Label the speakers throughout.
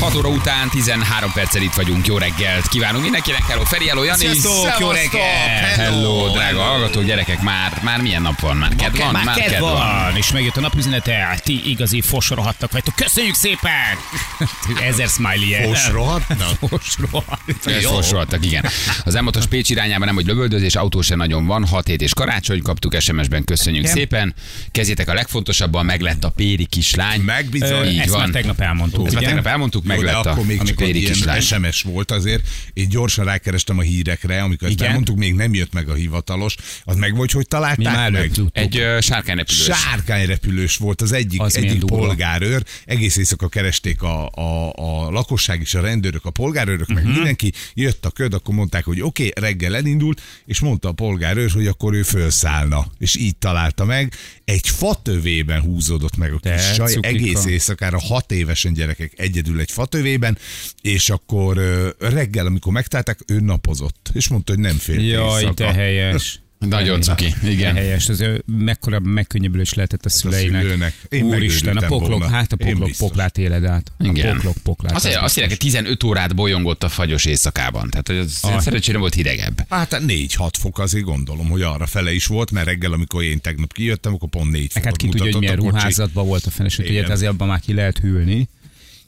Speaker 1: 6 óra után 13 perccel itt vagyunk. Jó reggelt kívánunk mindenkinek. Hello, Feri, hello, Jani.
Speaker 2: Sziasztok, jó
Speaker 1: Szevasztok,
Speaker 2: reggelt.
Speaker 1: Hello,
Speaker 2: Hello,
Speaker 1: drága
Speaker 2: hello.
Speaker 1: hallgatók, gyerekek, már, már milyen nap van? Már kedv van?
Speaker 2: Már, már kedv van. és megjött a napüzenete, ti igazi fosrohattak vagytok. Köszönjük szépen! Ezer smiley
Speaker 3: Fosrohatnak?
Speaker 2: Fosrohat.
Speaker 1: Felsorsoltak, igen. Az m Pécs irányában nem, hogy lövöldözés, autó se nagyon van, hat hét és karácsony kaptuk SMS-ben, köszönjük
Speaker 2: Igen.
Speaker 1: szépen. Kezdjétek a legfontosabban, meglett a Péri kislány.
Speaker 3: Megbizony.
Speaker 1: Így
Speaker 2: Ezt
Speaker 1: van.
Speaker 2: már tegnap elmondtuk.
Speaker 1: Ezt már
Speaker 2: ugye?
Speaker 1: tegnap elmondtuk,
Speaker 3: Jó, de
Speaker 1: meglett a,
Speaker 3: akkor még
Speaker 1: a
Speaker 3: csak egy
Speaker 1: Péri
Speaker 3: ilyen
Speaker 1: kislány.
Speaker 3: SMS volt azért. Én gyorsan rákerestem a hírekre, amikor ezt
Speaker 2: Igen.
Speaker 3: elmondtuk, még nem jött meg a hivatalos. Az meg vagy, hogy
Speaker 2: Mi
Speaker 3: találták
Speaker 2: már
Speaker 3: meg?
Speaker 2: előbb tudtuk.
Speaker 1: Egy ö, sárkányrepülős.
Speaker 3: Sárkányrepülős volt az egyik,
Speaker 2: Az
Speaker 3: az
Speaker 2: milyen
Speaker 3: egyik
Speaker 2: durva.
Speaker 3: polgárőr. Egész éjszaka keresték a, a, a lakosság és a rendőrök, a polgárőrök, meg
Speaker 2: Mhm.
Speaker 3: mindenki. Jött a köd, akkor mondták, hogy oké, okay, reggel elindult, és mondta a polgárőr, hogy akkor ő felszállna. És így találta meg. Egy fatövében húzódott meg a
Speaker 2: De,
Speaker 3: kis csaj,
Speaker 2: cukika.
Speaker 3: egész éjszakára hat évesen gyerekek egyedül egy fatövében, és akkor ö, reggel, amikor megtalálták, ő napozott. És mondta, hogy nem fél
Speaker 2: Jaj,
Speaker 3: éjszaka.
Speaker 2: de helyes.
Speaker 1: Nagyon cuki, igen.
Speaker 2: De helyes, az ö, mekkora megkönnyebbülés lehetett a szüleinek.
Speaker 3: szülőnek. Én
Speaker 2: Úristen, a
Speaker 3: megőrültem
Speaker 2: poklok,
Speaker 3: volna.
Speaker 2: hát a
Speaker 3: Én
Speaker 2: poklok
Speaker 3: biztos.
Speaker 2: poklát éled át. A
Speaker 1: Igen.
Speaker 2: poklok poklát.
Speaker 1: Azt,
Speaker 2: az
Speaker 1: azt
Speaker 2: biztos.
Speaker 1: írják, hogy 15 órát bolyongott a fagyos éjszakában. Tehát hogy az
Speaker 2: Ah.
Speaker 1: szerencsére volt hidegebb.
Speaker 3: Hát 4-6 fok azért gondolom, hogy arra fele is volt, mert reggel, amikor én tegnap kijöttem, akkor pont 4
Speaker 2: Meg
Speaker 3: fokot
Speaker 2: hát ki tudja, hogy
Speaker 3: mutatott
Speaker 2: milyen
Speaker 3: a kocsi.
Speaker 2: ruházatban volt a feleség, ugye
Speaker 3: Igen.
Speaker 2: hát azért abban már ki lehet hűlni.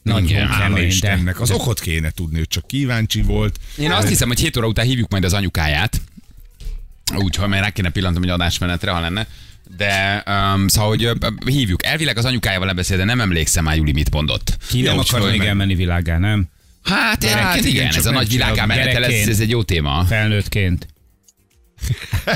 Speaker 2: Nagyon
Speaker 1: Igen, hála
Speaker 3: Hála
Speaker 2: kemény, de...
Speaker 3: Istennek, az okot kéne tudni, hogy csak kíváncsi volt.
Speaker 1: Én azt hiszem, hogy 7 óra után hívjuk majd az anyukáját. Úgyhogy már rá kéne pillantom, hogy adásmenetre, ha lenne. De um, szóval, hogy ö, ö, hívjuk. Elvileg az anyukájával lebeszél, de nem emlékszem már Juli mit mondott.
Speaker 2: Ki nem
Speaker 1: Úgyhogy
Speaker 2: akar még
Speaker 1: meg-
Speaker 2: elmenni világá, nem?
Speaker 1: Hát,
Speaker 2: Gyerekként
Speaker 1: hát igen,
Speaker 2: igen, csak
Speaker 1: ez a
Speaker 2: nem
Speaker 1: nagy
Speaker 2: csinálom.
Speaker 1: világá menetel, ez,
Speaker 2: Gyerekként.
Speaker 1: ez egy jó téma.
Speaker 2: Felnőttként.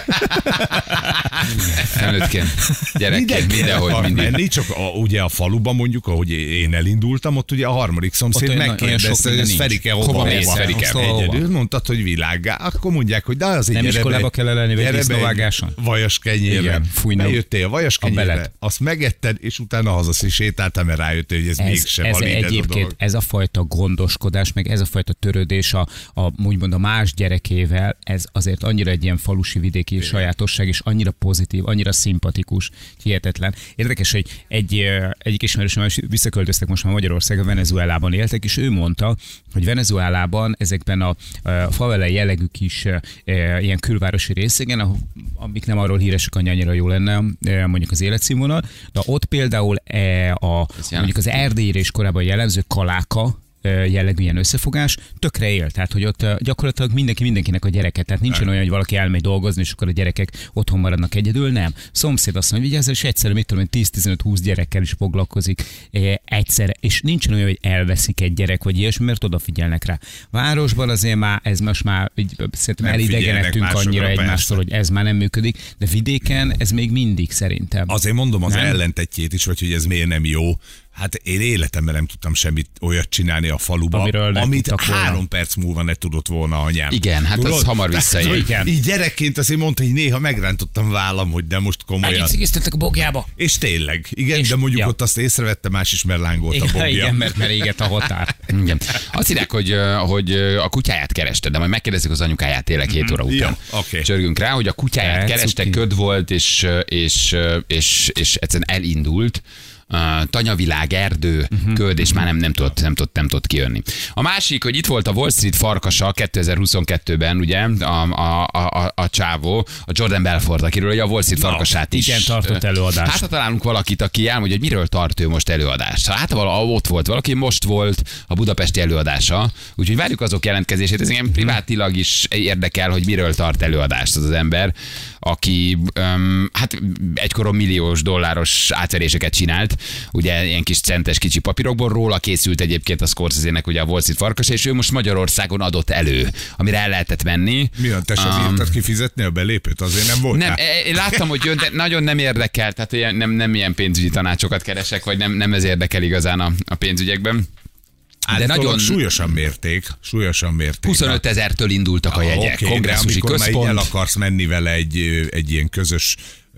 Speaker 1: Felnőttként, gyerekként,
Speaker 3: Mindenki
Speaker 1: mindenhol,
Speaker 3: akar
Speaker 1: mindig.
Speaker 3: menni, csak a, ugye a faluban mondjuk, ahogy én elindultam, ott ugye a harmadik
Speaker 2: Ott
Speaker 3: szomszéd
Speaker 2: olyan- olyan sok
Speaker 3: megkérdezte, hogy
Speaker 2: minden
Speaker 3: ez
Speaker 2: nincs.
Speaker 3: Ferike
Speaker 1: Hova
Speaker 3: hova,
Speaker 1: mész, Ferike?
Speaker 3: Azt
Speaker 2: Hova?
Speaker 3: Egyedül mondtad, hogy világgá. Akkor mondják, hogy de az egy
Speaker 2: Nem
Speaker 3: gyere be-
Speaker 2: iskolába kell elmenni, vagy
Speaker 3: gyere be egy
Speaker 2: disznóvágáson?
Speaker 3: Vajas kenyérre.
Speaker 2: Igen, fúj, nem.
Speaker 3: Bejöttél vajas
Speaker 2: belet.
Speaker 3: kenyérre, azt megetted, és utána hazaszín sétáltál, mert rájöttél, hogy ez,
Speaker 2: Ez,
Speaker 3: mégsem
Speaker 2: ez
Speaker 3: valid ez a
Speaker 2: egyébként,
Speaker 3: dolog.
Speaker 2: ez a fajta gondoskodás, meg ez a fajta törődés a, a úgymond a más gyerekével, ez azért annyira egy ilyen falusi vidéki sajátosság, és annyira pozitív, annyira szimpatikus, hihetetlen. Érdekes, hogy egy, ö, egyik ismerősöm is visszaköltöztek most már Magyarországra, Venezuelában éltek, és ő mondta, hogy Venezuelában ezekben a, a favela jellegű kis ö, ö, ilyen külvárosi részeken, ahol- amik nem arról híresek, hogy annyira jó lenne ö, mondjuk az életszínvonal, de ott például e, a,
Speaker 1: jelen-
Speaker 2: mondjuk az Erdélyre is korábban jellemző kaláka ö, jellegű ilyen összefogás tökre él. Tehát, hogy ott ö, gyakorlatilag mindenki mindenkinek a gyereke. Tehát nincsen olyan, hogy valaki elmegy dolgozni, és akkor a gyerekek otthon maradnak egyedül. Nem. Szomszéd azt mondja, hogy ezzel és egyszerre, mit tudom, én, 10-15-20 gyerekkel is foglalkozik ö, egyszerre. És nincsen olyan, hogy elveszik egy gyerek, vagy ilyesmi, mert odafigyelnek rá. Városban azért már, ez most már, így, ö, szerintem
Speaker 3: Nem figyelnek
Speaker 2: elidegenedtünk
Speaker 3: másokra,
Speaker 2: annyira
Speaker 3: persze.
Speaker 2: egymástól, hogy ez már nem működik, de vidéken ez még mindig szerintem.
Speaker 3: Azért mondom az
Speaker 2: Nem?
Speaker 3: nem? ellentetjét is, vagy hogy ez miért nem jó. Hát én életemben nem tudtam semmit olyat csinálni a faluban,
Speaker 2: Amiről ne
Speaker 3: amit
Speaker 2: tudtak volna.
Speaker 3: három perc múlva ne tudott volna anyám.
Speaker 1: Igen, hát az hamar visszaér.
Speaker 2: Igen.
Speaker 3: Így gyerekként azért mondta, hogy néha megrántottam vállam, hogy de most komolyan.
Speaker 1: Hát
Speaker 2: cigisztettek a bogjába.
Speaker 3: És tényleg, igen,
Speaker 2: És-
Speaker 3: és, de mondjuk
Speaker 2: ja.
Speaker 3: ja. ott azt észrevette, más is, mert lángolt a bogja.
Speaker 2: Igen, mert, mert éget a határ.
Speaker 1: Igen. Azt írják, hogy, ö, hogy ö, a kutyáját kereste, de majd megkérdezzük az anyukáját tényleg 7 óra után.
Speaker 3: Ja, oké.
Speaker 1: Csörgünk rá, hogy a kutyáját
Speaker 2: Eh,
Speaker 1: kereste,
Speaker 2: cuki.
Speaker 1: köd volt, és, ö, és, ö, és, és egyszerűen elindult. Uh, tanyavilág, erdő, uh-huh. köd, és már nem, nem, tudott, nem, tudott, nem tudott kijönni. A másik, hogy itt volt a Wall Street farkasa 2022-ben, ugye, a, a, a, a, a csávó, a Jordan Belfort, akiről ugye a Wall Street farkasát is.
Speaker 2: igen, tartott előadást.
Speaker 1: Hát, ha találunk valakit, aki elmondja, hogy miről tart ő most előadást. Hát, ha vala, ott volt valaki, most volt a budapesti előadása, úgyhogy várjuk azok jelentkezését. Ez engem privátilag is érdekel, hogy miről tart előadást az az ember, aki öm, hát egykoron milliós dolláros átveréseket csinált, ugye ilyen kis centes kicsi papírokból, róla készült egyébként a Scorsese-nek ugye a Wall Street farkas, és ő most Magyarországon adott elő, amire el lehetett menni.
Speaker 3: Mi van, te sem írtad kifizetni a belépőt? Azért nem volt
Speaker 1: Nem, eh, én láttam, hogy jön, de nagyon nem érdekel, tehát ilyen, nem, nem ilyen pénzügyi tanácsokat keresek, vagy nem, nem ez érdekel igazán a, a pénzügyekben. De nagyon
Speaker 3: Hát, súlyosan mérték, súlyosan mérték.
Speaker 1: 25 ezertől indultak a jegyek.
Speaker 3: Oké,
Speaker 1: Okay,
Speaker 3: de
Speaker 1: Kongresszusi
Speaker 3: amikor már így el
Speaker 1: központ.
Speaker 3: akarsz menni vele egy, egy ilyen közös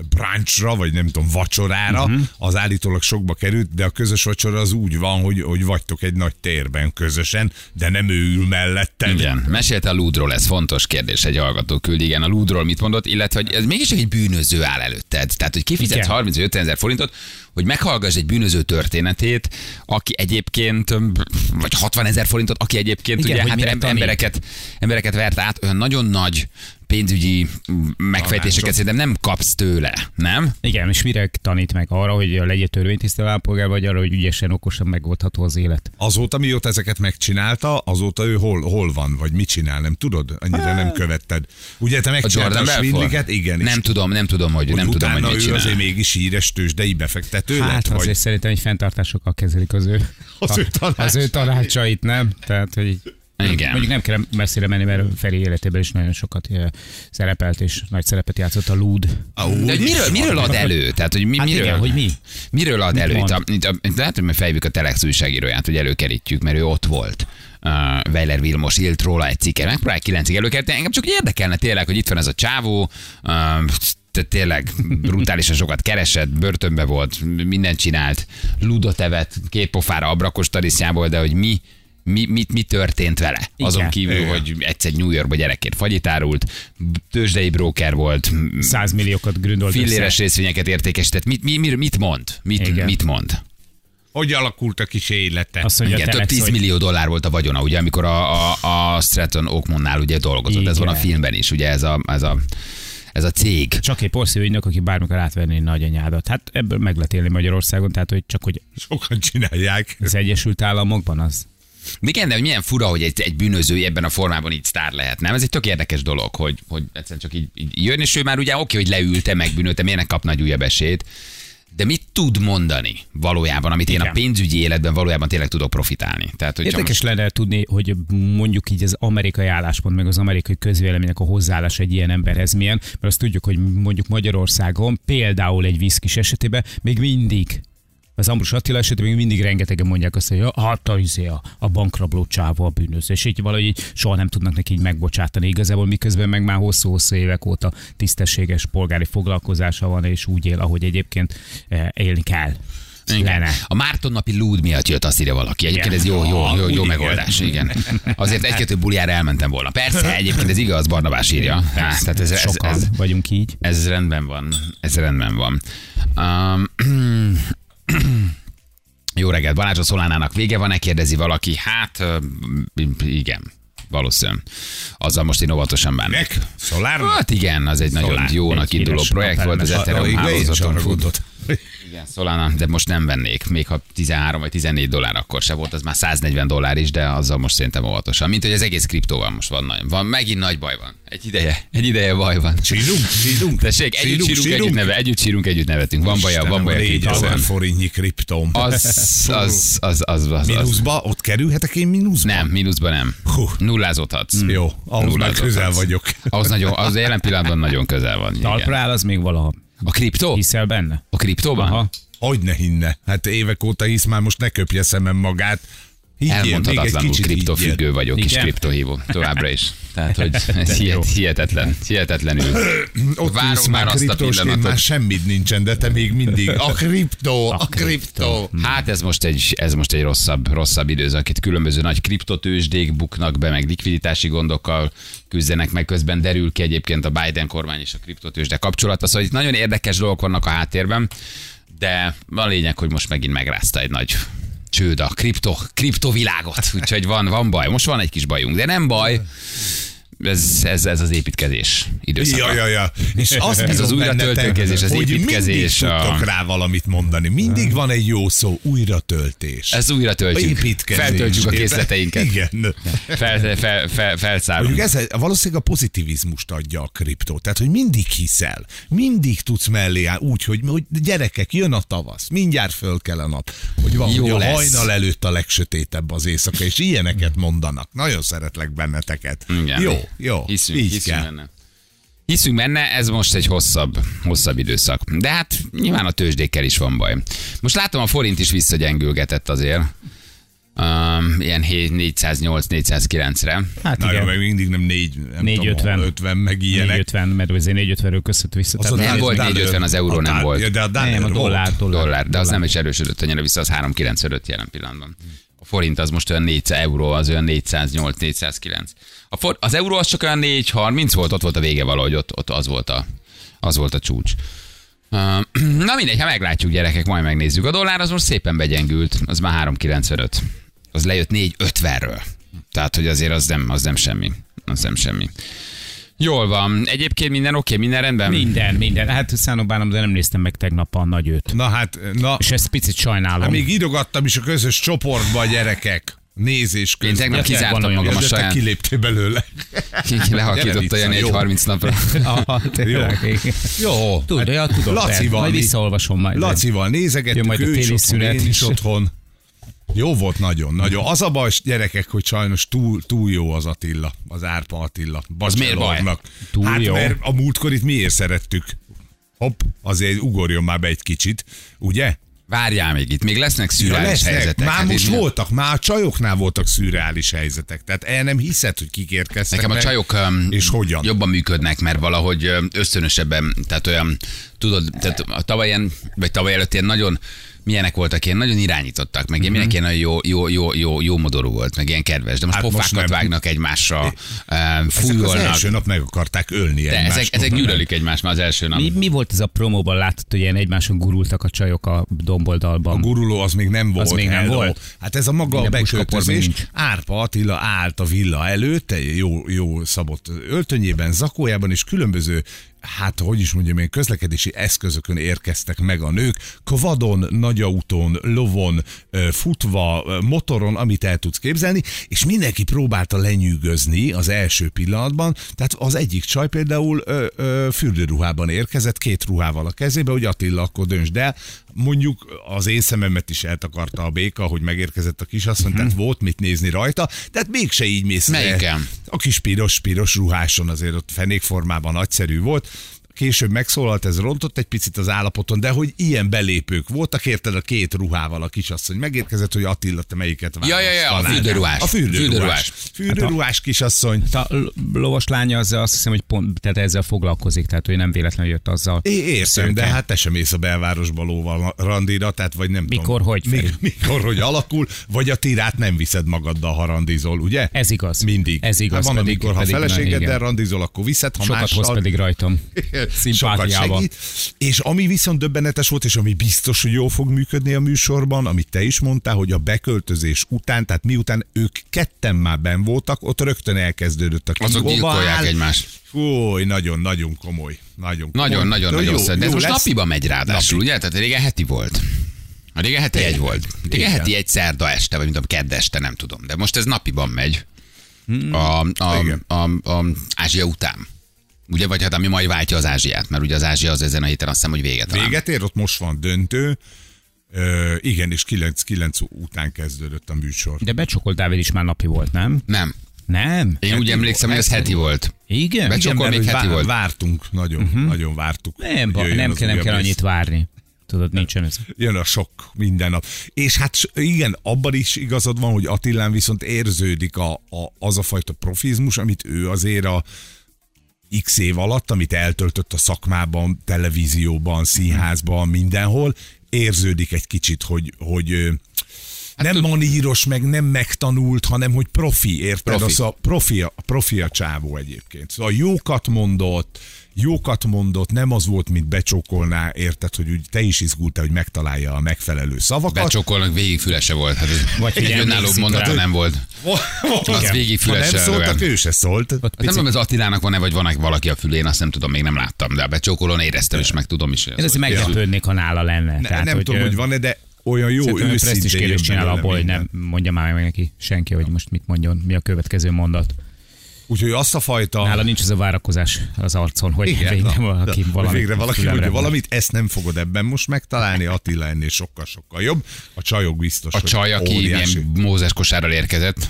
Speaker 3: brunchra, vagy nem tudom, vacsorára,
Speaker 1: Mhm.
Speaker 3: uh-huh. az állítólag sokba került, de a közös vacsora az úgy van, hogy, hogy vagytok egy nagy térben közösen, de nem ő ül melletted.
Speaker 1: Igen, mesélte a lúdról, ez fontos kérdés, egy hallgató küld, igen, a lúdról mit mondott, illetve hogy ez mégis egy bűnöző áll előtted. Tehát, hogy kifizetsz
Speaker 2: Igen.
Speaker 1: 35 ezer forintot, hogy meghallgass egy bűnöző történetét, aki egyébként, öm, vagy 60 ezer forintot, aki egyébként
Speaker 2: Igen,
Speaker 1: ugye,
Speaker 2: hogy
Speaker 1: hát
Speaker 2: mire
Speaker 1: em-
Speaker 2: tanít.
Speaker 1: embereket, embereket vert át, olyan nagyon nagy pénzügyi mm, megfejtéseket szerintem nem kapsz tőle, nem?
Speaker 2: Igen, és mire tanít meg? Arra, hogy legyél törvénytisztelő állampolgár, vagy arra, hogy ügyesen, okosan megoldható az élet?
Speaker 3: Azóta, mióta ezeket megcsinálta, azóta ő hol, hol van, vagy mit csinál, nem tudod? Annyira nem követted. Ugye te
Speaker 1: Hát. A
Speaker 3: megcsináltad
Speaker 1: Jordan
Speaker 3: a
Speaker 1: Belfort?
Speaker 3: svindliket? Igen. és
Speaker 1: Nem tudom, nem tudom, hogy,
Speaker 3: hogy
Speaker 1: nem tudom,
Speaker 3: utána
Speaker 1: hogy mit
Speaker 3: ő
Speaker 1: csinál.
Speaker 3: azért mégis híres tőzsdei befektető
Speaker 2: Hát
Speaker 3: lett,
Speaker 2: azért
Speaker 3: vagy
Speaker 2: szerintem egy fenntartásokkal kezelik az ő,
Speaker 3: Az ő tanács-
Speaker 2: az ő tanácsait, nem? Tehát, hogy így-
Speaker 1: Igen.
Speaker 2: Mondjuk nem kell messzire menni, mert Feri életében is nagyon sokat eh, szerepelt, és nagy szerepet játszott a Lúd.
Speaker 3: Ahogy
Speaker 1: De hogy miről,
Speaker 3: is
Speaker 1: miről
Speaker 3: van.
Speaker 1: ad elő? Tehát, hogy mi,
Speaker 2: Hát
Speaker 1: miről,
Speaker 2: igen, hogy mi?
Speaker 1: Miről ad
Speaker 2: Mit
Speaker 1: elő?
Speaker 2: mond?
Speaker 1: Itt a, itt a, itt lehet, hogy majd fejbük a Telex újságíróját, hogy előkerítjük, mert ő ott volt. Uh, Weiler Vilmos írt róla egy cikkel, megpróbálj kilencig előkeríteni. Engem csak érdekelne tényleg, hogy itt van ez a csávó, uh, te- tényleg brutálisan sokat keresett, börtönbe volt, mindent csinált, ludot evett, két pofára abrakos tariszjából, de hogy mi, mi, mit, mi történt vele?
Speaker 2: Igen.
Speaker 1: Azon kívül,
Speaker 3: Igen.
Speaker 1: hogy egyszer New Yorkba gyerekért fagyit árult, tőzsdei bróker volt,
Speaker 2: 100 milliókat gründolt
Speaker 1: filléres
Speaker 2: össze.
Speaker 1: részvényeket értékesített. Mit, mi, mi, mit mond? Mit,
Speaker 2: Igen.
Speaker 1: mit mond?
Speaker 3: Hogy alakult a kis élete?
Speaker 2: Azt mondja,
Speaker 1: Igen, több 10
Speaker 2: hogy
Speaker 1: millió dollár volt a vagyona, ugye, amikor a, a, a Stratton Oakmondnál ugye dolgozott. Ez van a
Speaker 2: Igen.
Speaker 1: filmben is, ugye ez a, ez a, ez a cég.
Speaker 2: csak egy porszívű ügynök, aki bármikor átvenné nagyanyádat. Hát ebből meg lehet élni Magyarországon, tehát hogy csak hogy
Speaker 3: Sokan csinálják.
Speaker 2: az Egyesült Államokban az.
Speaker 1: Igen, de hogy milyen fura, hogy egy, egy bűnöző ebben a formában így sztár lehet, nem? Ez egy tök érdekes dolog, hogy, hogy egyszerűen csak így, így jön, és ő már ugye oké, hogy leülte, megbűnölte, miért ne kapna egy újabb esélyt, de mit tud mondani valójában, amit én a
Speaker 2: Igen.
Speaker 1: pénzügyi életben valójában tényleg tudok profitálni? Tehát, hogyha
Speaker 2: Érdekes lenne tudni, hogy mondjuk így az amerikai álláspont, meg az amerikai közvéleménynek a hozzáállás egy ilyen emberhez milyen, mert azt tudjuk, hogy mondjuk Magyarországon például egy viszkis esetében még mindig az Ambrus Attila esetében még mindig rengetegen mondják azt, hogy "Ja, hát a, izé a, a bankrabló csávó a bűnöző, és így valahogy így soha nem tudnak neki így megbocsátani igazából, miközben meg már hosszú-hosszú évek óta tisztességes polgári foglalkozása van, és úgy él, ahogy egyébként eh, élni kell.
Speaker 1: Igen.
Speaker 2: Lenne.
Speaker 1: A Márton napi lúd miatt jött azt írja valaki. Egyébként ez jó, jó, jó, jó megoldás. Igen. Azért egy-kettő buliára elmentem volna. Persze, egyébként ez igaz, Barnabás írja. Há, tehát Hát ez, ez,
Speaker 2: Sokan
Speaker 1: ez,
Speaker 2: vagyunk így.
Speaker 1: ez rendben van. Ez rendben van. Um, jó reggelt, Balázs a Szolánának vége van-e, kérdezi valaki. Hát, ö, igen, valószínűleg. Azzal most én óvatosan bánok.
Speaker 3: Nek? Szolárnak?
Speaker 1: Hát igen, az egy nagyon
Speaker 2: Szolán.
Speaker 1: jónak
Speaker 2: Egy
Speaker 1: induló
Speaker 2: híres
Speaker 1: projekt volt, az
Speaker 2: napelemes.
Speaker 1: Ethereum
Speaker 3: Arra én
Speaker 1: hálózaton fut.
Speaker 3: csaragudott.
Speaker 1: Igen, Solana, de most nem vennék, még ha 13 vagy 14 dollár akkor se volt, az már 140 dollár is, de azzal most szerintem óvatosan. Mint hogy az egész kriptóval most van, nagy, van megint nagy baj van. Egy ideje, egy ideje baj van.
Speaker 3: Sírunk, sírunk.
Speaker 1: Tessék, együtt sírunk, együtt, neve, együtt sírunk, együtt nevetünk. Van baja, van baja.
Speaker 3: 4000
Speaker 1: kriptóval.
Speaker 3: forintnyi kriptom.
Speaker 1: Az, az, az, az, az, az.
Speaker 3: Mínuszba? Ott kerülhetek én mínuszba?
Speaker 1: Nem, mínuszban nem.
Speaker 3: Hú.
Speaker 1: Nullázódhatsz.
Speaker 3: Jó, ahhoz már
Speaker 1: Nullázódhatsz.
Speaker 3: közel vagyok.
Speaker 1: Ahhoz nagyon, az jelen pillanatban nagyon közel van.
Speaker 2: Talpra
Speaker 1: Igen.
Speaker 2: áll az még valaha.
Speaker 1: A kriptó?
Speaker 2: Hiszel benne?
Speaker 1: A kriptóban?
Speaker 2: Aha.
Speaker 3: Hogy ne hinne? Hát évek óta hisz már most ne köpje szemem magát. Higgyél, még egy
Speaker 1: Elmondhatatlanul
Speaker 3: kicsit higgyél.
Speaker 1: kriptofüggő vagyok, és
Speaker 2: Igen.
Speaker 1: kriptohívó továbbra is. Tehát, hogy ez
Speaker 2: jó.
Speaker 1: hihet, hihetetlen, hihetetlenül.
Speaker 3: Ott
Speaker 1: Várom
Speaker 3: Várom már
Speaker 1: már azt a
Speaker 3: kriptósként
Speaker 1: pillanatot.
Speaker 3: már semmit nincsen, de te még mindig. A kriptó, a, kriptó.
Speaker 1: Hát ez most egy, ez most egy rosszabb, rosszabb időszak. Itt különböző nagy kriptotősdék buknak be, meg likviditási gondokkal küzdenek, meg közben derül ki egyébként a Biden kormány és a kriptotősde kapcsolata. Szóval itt nagyon érdekes dolgok vannak a háttérben, de a lényeg, hogy most megint megrázta egy nagy csőd a kripto, kriptovilágot. Úgyhogy van, van baj. Most van egy kis bajunk, de nem baj. Ez, ez, ez az építkezés időszaka.
Speaker 3: Ja, ja, ja. És azt
Speaker 1: Ez
Speaker 3: bízom
Speaker 1: az újra
Speaker 3: bennetek,
Speaker 1: töltőkezés, az
Speaker 3: hogy
Speaker 1: építkezés,
Speaker 3: mindig
Speaker 1: a-
Speaker 3: tudtok rá valamit mondani. Mindig van egy jó szó, újratöltés.
Speaker 1: Ez újra töltjük.
Speaker 3: Építkezés.
Speaker 1: Feltöltjük a készleteinket.
Speaker 3: Igen.
Speaker 1: Fel, fel, fel, felszállunk.
Speaker 3: Mondjuk ez valószínűleg a pozitivizmust adja a kriptó. Tehát, hogy mindig hiszel, mindig tudsz mellé állni, úgy, hogy, hogy gyerekek, jön a tavasz, mindjárt föl kell a nap, hogy van,
Speaker 1: Jó
Speaker 3: hogy a
Speaker 1: lesz.
Speaker 3: hajnal előtt a legsötétebb az éjszaka, és ilyeneket mondanak. Nagyon szeretlek benneteket.
Speaker 1: Igen.
Speaker 3: Jó, jó.
Speaker 1: Hiszünk,
Speaker 3: így
Speaker 1: hiszünk
Speaker 3: kell.
Speaker 1: benne. Hiszünk benne, ez most egy hosszabb, hosszabb időszak. De hát nyilván a tőzsdékkel is van baj. Most látom, a forint is visszagyengülgetett azért. um, ilyen 408-409-re.
Speaker 2: Hát
Speaker 3: Na jó,
Speaker 2: igen.
Speaker 3: meg mindig nem 4, nem
Speaker 2: 450.
Speaker 3: tudom, 50, meg ilyenek.
Speaker 2: 450, mert azért 450-ről köszönt vissza.
Speaker 3: Azt mondta,
Speaker 1: Nem
Speaker 3: hogy
Speaker 1: volt
Speaker 3: dollár-
Speaker 1: 450, az euró
Speaker 3: a
Speaker 1: nem
Speaker 3: dollár-
Speaker 1: volt.
Speaker 3: Ja, de a dollár
Speaker 2: nem, a
Speaker 3: volt.
Speaker 2: dollár, dollár.
Speaker 1: dollár, de az nem is erősödött annyira vissza, az 3,95 jelen pillanatban. A forint az most olyan 400 euró, az olyan 408-409. A for, az euró az csak olyan 4,30 volt, ott volt a vége valahogy, ott, ott az, volt a, az volt a csúcs. Uh, Na mindegy, ha meglátjuk gyerekek, majd megnézzük. A dollár az most szépen begyengült, az már 3,95. Az lejött 4,50-ről. Tehát, hogy azért az nem, az nem semmi. Az nem semmi. Jól van. Egyébként minden oké, okay, minden rendben?
Speaker 2: Minden, minden. Hát szánobánom, de nem néztem meg tegnap a nagy őt.
Speaker 3: Na hát, na,
Speaker 2: És ezt picit sajnálom.
Speaker 3: Hát még idogattam is a közös csoportba a gyerekek. Nézés
Speaker 1: Én
Speaker 3: közben.
Speaker 1: tegnap
Speaker 2: Ja, tényleg van
Speaker 1: kizártam
Speaker 2: olyan.
Speaker 1: magam a
Speaker 3: Ja, de te
Speaker 1: saját
Speaker 3: kiléptél belőle.
Speaker 1: Lehakított
Speaker 3: Gyere,
Speaker 1: olyan
Speaker 3: Lica,
Speaker 1: egy
Speaker 3: jó.
Speaker 1: 30 napra.
Speaker 2: Aha, tényleg.
Speaker 3: Jó.
Speaker 2: Hát, Tudod, ja, tudod. persze.
Speaker 3: Lacival,
Speaker 2: Majd
Speaker 3: mi-
Speaker 2: visszaolvasom majd.
Speaker 3: Lacival
Speaker 2: Jön
Speaker 3: nézegettük,
Speaker 2: majd a
Speaker 3: ő is
Speaker 2: téli
Speaker 3: otthon,
Speaker 2: szünet
Speaker 3: én
Speaker 2: is.
Speaker 3: is otthon. Jó volt nagyon, nagyon. Az a baj, gyerekek, hogy sajnos túl, túl jó az Attila, az Árpa Attila. Az
Speaker 1: miért baj?
Speaker 2: Túl
Speaker 3: hát,
Speaker 2: jó?
Speaker 3: mert a múltkorit miért szerettük? Hopp, azért ugorjon már be egy kicsit, ugye?
Speaker 1: Várjál még itt, még lesznek
Speaker 3: Ja,
Speaker 1: szürreális
Speaker 3: lesznek.
Speaker 1: helyzetek.
Speaker 3: Már
Speaker 1: Hát
Speaker 3: most
Speaker 1: én-
Speaker 3: voltak, már a csajoknál voltak szürreális helyzetek. Tehát el nem hiszed, hogy kik érkeztek.
Speaker 1: Nekem a
Speaker 3: meg,
Speaker 1: csajok öm,
Speaker 3: És hogyan?
Speaker 1: jobban működnek, mert valahogy öm, ösztönösebben, tehát olyan, tudod, tehát a tavaly ilyen, vagy tavaly előtt ilyen nagyon milyenek voltak, ilyen nagyon irányítottak, meg
Speaker 3: Mhm.
Speaker 1: ilyen mindenki ilyen nagyon jó, jó, jó, jó, jó modorú volt, meg ilyen kedves, de most
Speaker 3: Hát most
Speaker 1: pofákat
Speaker 3: nem.
Speaker 1: vágnak egymásra, öm,
Speaker 3: ezek az
Speaker 1: fújolnak,
Speaker 3: első nap meg akarták ölni
Speaker 1: de
Speaker 3: egymást.
Speaker 1: ezek, ezek gyűlölik egymást már az első nap.
Speaker 2: Mi, mi volt ez a promóban? Láttad, hogy ilyen egymáson gurultak a csajok a domboldalban.
Speaker 3: A guruló az még nem volt.
Speaker 2: még nem
Speaker 3: hello.
Speaker 2: volt?
Speaker 3: Hát ez a maga a
Speaker 2: Minden puskakor még
Speaker 3: beköltözés.
Speaker 2: nincs.
Speaker 3: Árpa Attila állt a villa előtt, egy jó, jó szabott öltönyében, zakójában, és különböző hát, hogy is mondjam én, közlekedési eszközökön érkeztek meg a nők, kvadon, nagyautón, lovon, ö, futva, ö, motoron, amit el tudsz képzelni, és mindenki próbálta lenyűgözni az első pillanatban, tehát az egyik csaj például ö, ö, fürdőruhában érkezett, két ruhával a kezébe, hogy Attila, akkor döntsd el, mondjuk az én szememet is eltakarta a béka, hogy megérkezett a kisasszony, tehát volt mit nézni rajta, tehát mégse így mész le.
Speaker 1: Melyiken?
Speaker 3: A kis piros-piros ruháson azért ott fenékformában nagyszerű volt, Később megszólalt, ez rontott egy picit az állapoton, de hogy ilyen belépők voltak, érted a két ruhával a kisasszony megérkezett, hogy Attila, te melyiket
Speaker 1: ja,
Speaker 3: választanád.
Speaker 1: ja, a fürdőruhás.
Speaker 3: A
Speaker 1: Fürdőruhás.
Speaker 3: fürdőruhás. Hát, Fürdőruhás kisasszony.
Speaker 2: A l- lovas lánya az azt hiszem, hogy pont tehát ezzel foglalkozik, tehát hogy nem véletlenül jött azzal.
Speaker 3: É, értem, de
Speaker 2: Szőke.
Speaker 3: hát te sem mész a belvárosba lóval randira, tehát vagy nem
Speaker 2: Mikor,
Speaker 3: tudom.
Speaker 2: hogy, Feri?
Speaker 3: Mik, mikor, hogy alakul, vagy a tirát nem viszed magaddal, ha randizol, ugye?
Speaker 2: Ez igaz.
Speaker 3: Mindig.
Speaker 2: Ez igaz.
Speaker 3: Hát van,
Speaker 2: pedig-
Speaker 3: amikor, ha
Speaker 2: pedig- na,
Speaker 3: feleségeddel
Speaker 2: igen.
Speaker 3: randizol, akkor viszed, ha
Speaker 2: Sokat
Speaker 3: mással,
Speaker 2: hoz pedig rajtam.
Speaker 3: sokat
Speaker 2: Szimpátiával.
Speaker 3: segít. És ami viszont döbbenetes volt, és ami biztos, hogy jól fog működni a műsorban, amit te is mondtál, hogy a beköltözés után, tehát miután ők ketten már ben voltak, ott rögtön elkezdődött a
Speaker 1: Azok
Speaker 3: kigobál.
Speaker 1: gyilkolják egymást.
Speaker 3: Húj, nagyon-nagyon komoly. Nagyon, komoly.
Speaker 1: Nagyon, nagyon,
Speaker 3: De
Speaker 1: nagyon
Speaker 3: jó-
Speaker 1: szed. De ez
Speaker 3: jó
Speaker 1: most
Speaker 3: lesz.
Speaker 1: napiba megy ráadásul, ugye? Tehát régen heti volt. Régen heti egy volt. Régen heti egy szerda este, vagy mondom, kedd este, nem tudom. De most ez napiban megy. A, a,
Speaker 3: Hmm. Igen.
Speaker 1: a, a, Ázsia után. Ugye, vagy hát ami majd váltja az Ázsiát, mert ugye az Ázsia az ezen a héten azt hiszem, hogy véget talán.
Speaker 3: Véget ér, ott most van döntő. Ö, igen, és 9-9 után kezdődött a műsor.
Speaker 2: De Becsokol Dávid is már napi volt, nem?
Speaker 1: Nem.
Speaker 2: Nem?
Speaker 1: Én úgy emlékszem, hogy ez heti volt.
Speaker 2: Igen?
Speaker 1: Becsó-
Speaker 3: Igen,
Speaker 1: akkor
Speaker 3: mert
Speaker 1: még
Speaker 3: hogy
Speaker 1: heti volt. Mhm.
Speaker 3: Vártunk, nagyon, nagyon vártuk.
Speaker 2: Nem, ba,
Speaker 3: Jöjjön
Speaker 2: nem,
Speaker 3: az
Speaker 2: kell, nem
Speaker 3: újabb
Speaker 2: kell
Speaker 3: rész.
Speaker 2: annyit várni. Tudod, nincsen ez.
Speaker 3: Jön a sok minden nap. És hát s- igen, abban is igazad van, hogy Attilán viszont érződik a, a, az a fajta profizmus, amit ő azért a x év alatt, amit eltöltött a szakmában, televízióban, színházban, mindenhol, érződik egy kicsit, hogy, hogy ö, nem maníros, meg nem megtanult, hanem hogy profi, érted?
Speaker 1: Profi.
Speaker 3: Profi. Az a profi, a profi a csávó egyébként. Szóval jókat mondott, jókat mondott, nem az volt, mint becsókolná, érted, hogy úgy te is izgultál, hogy megtalálja a megfelelő szavakat.
Speaker 1: Becsokolnak végig fülese volt. Hát ez
Speaker 2: Vagy
Speaker 1: egy
Speaker 2: hogy
Speaker 1: önálló
Speaker 2: emlékszik
Speaker 1: mondata
Speaker 2: rá.
Speaker 1: nem volt. Hát Az
Speaker 3: Igen.
Speaker 1: végig
Speaker 3: Ha nem
Speaker 1: fülesse
Speaker 3: szóltak,
Speaker 1: elően.
Speaker 3: ő se szólt.
Speaker 1: Hát nem tudom, ez Attilának van-e, vagy van-e valaki a fülén, azt nem tudom, még nem láttam, de a becsókolón éreztem, és meg tudom is. hogy ez
Speaker 2: Én
Speaker 1: volt.
Speaker 2: azért meglepődnék, ha nála lenne.
Speaker 3: Ne, nem hogy tudom,
Speaker 2: ö,
Speaker 3: hogy van-e, de olyan jó
Speaker 2: Szerintem ő presztis
Speaker 3: őszintén jön
Speaker 2: kérdést csinál
Speaker 3: belőle
Speaker 2: abból, hogy
Speaker 3: minden.
Speaker 2: nem mondja már meg neki senki, hogy most mit mondjon, mi a következő mondat.
Speaker 3: Úgyhogy azt a fajta...
Speaker 2: Nála nincs ez a várakozás az arcon, hogy
Speaker 3: Ah. Igen,
Speaker 2: végre
Speaker 3: na,
Speaker 2: valaki
Speaker 3: na,
Speaker 2: valamit.
Speaker 3: végre valaki
Speaker 2: fülemre mond.
Speaker 3: mondja valamit, ezt nem fogod ebben most megtalálni, Attila ennél sokkal-sokkal jobb. A csajok biztos,
Speaker 1: A
Speaker 3: hogy
Speaker 1: csaj, aki
Speaker 3: óriási.
Speaker 1: ilyen mózes kosárral érkezett,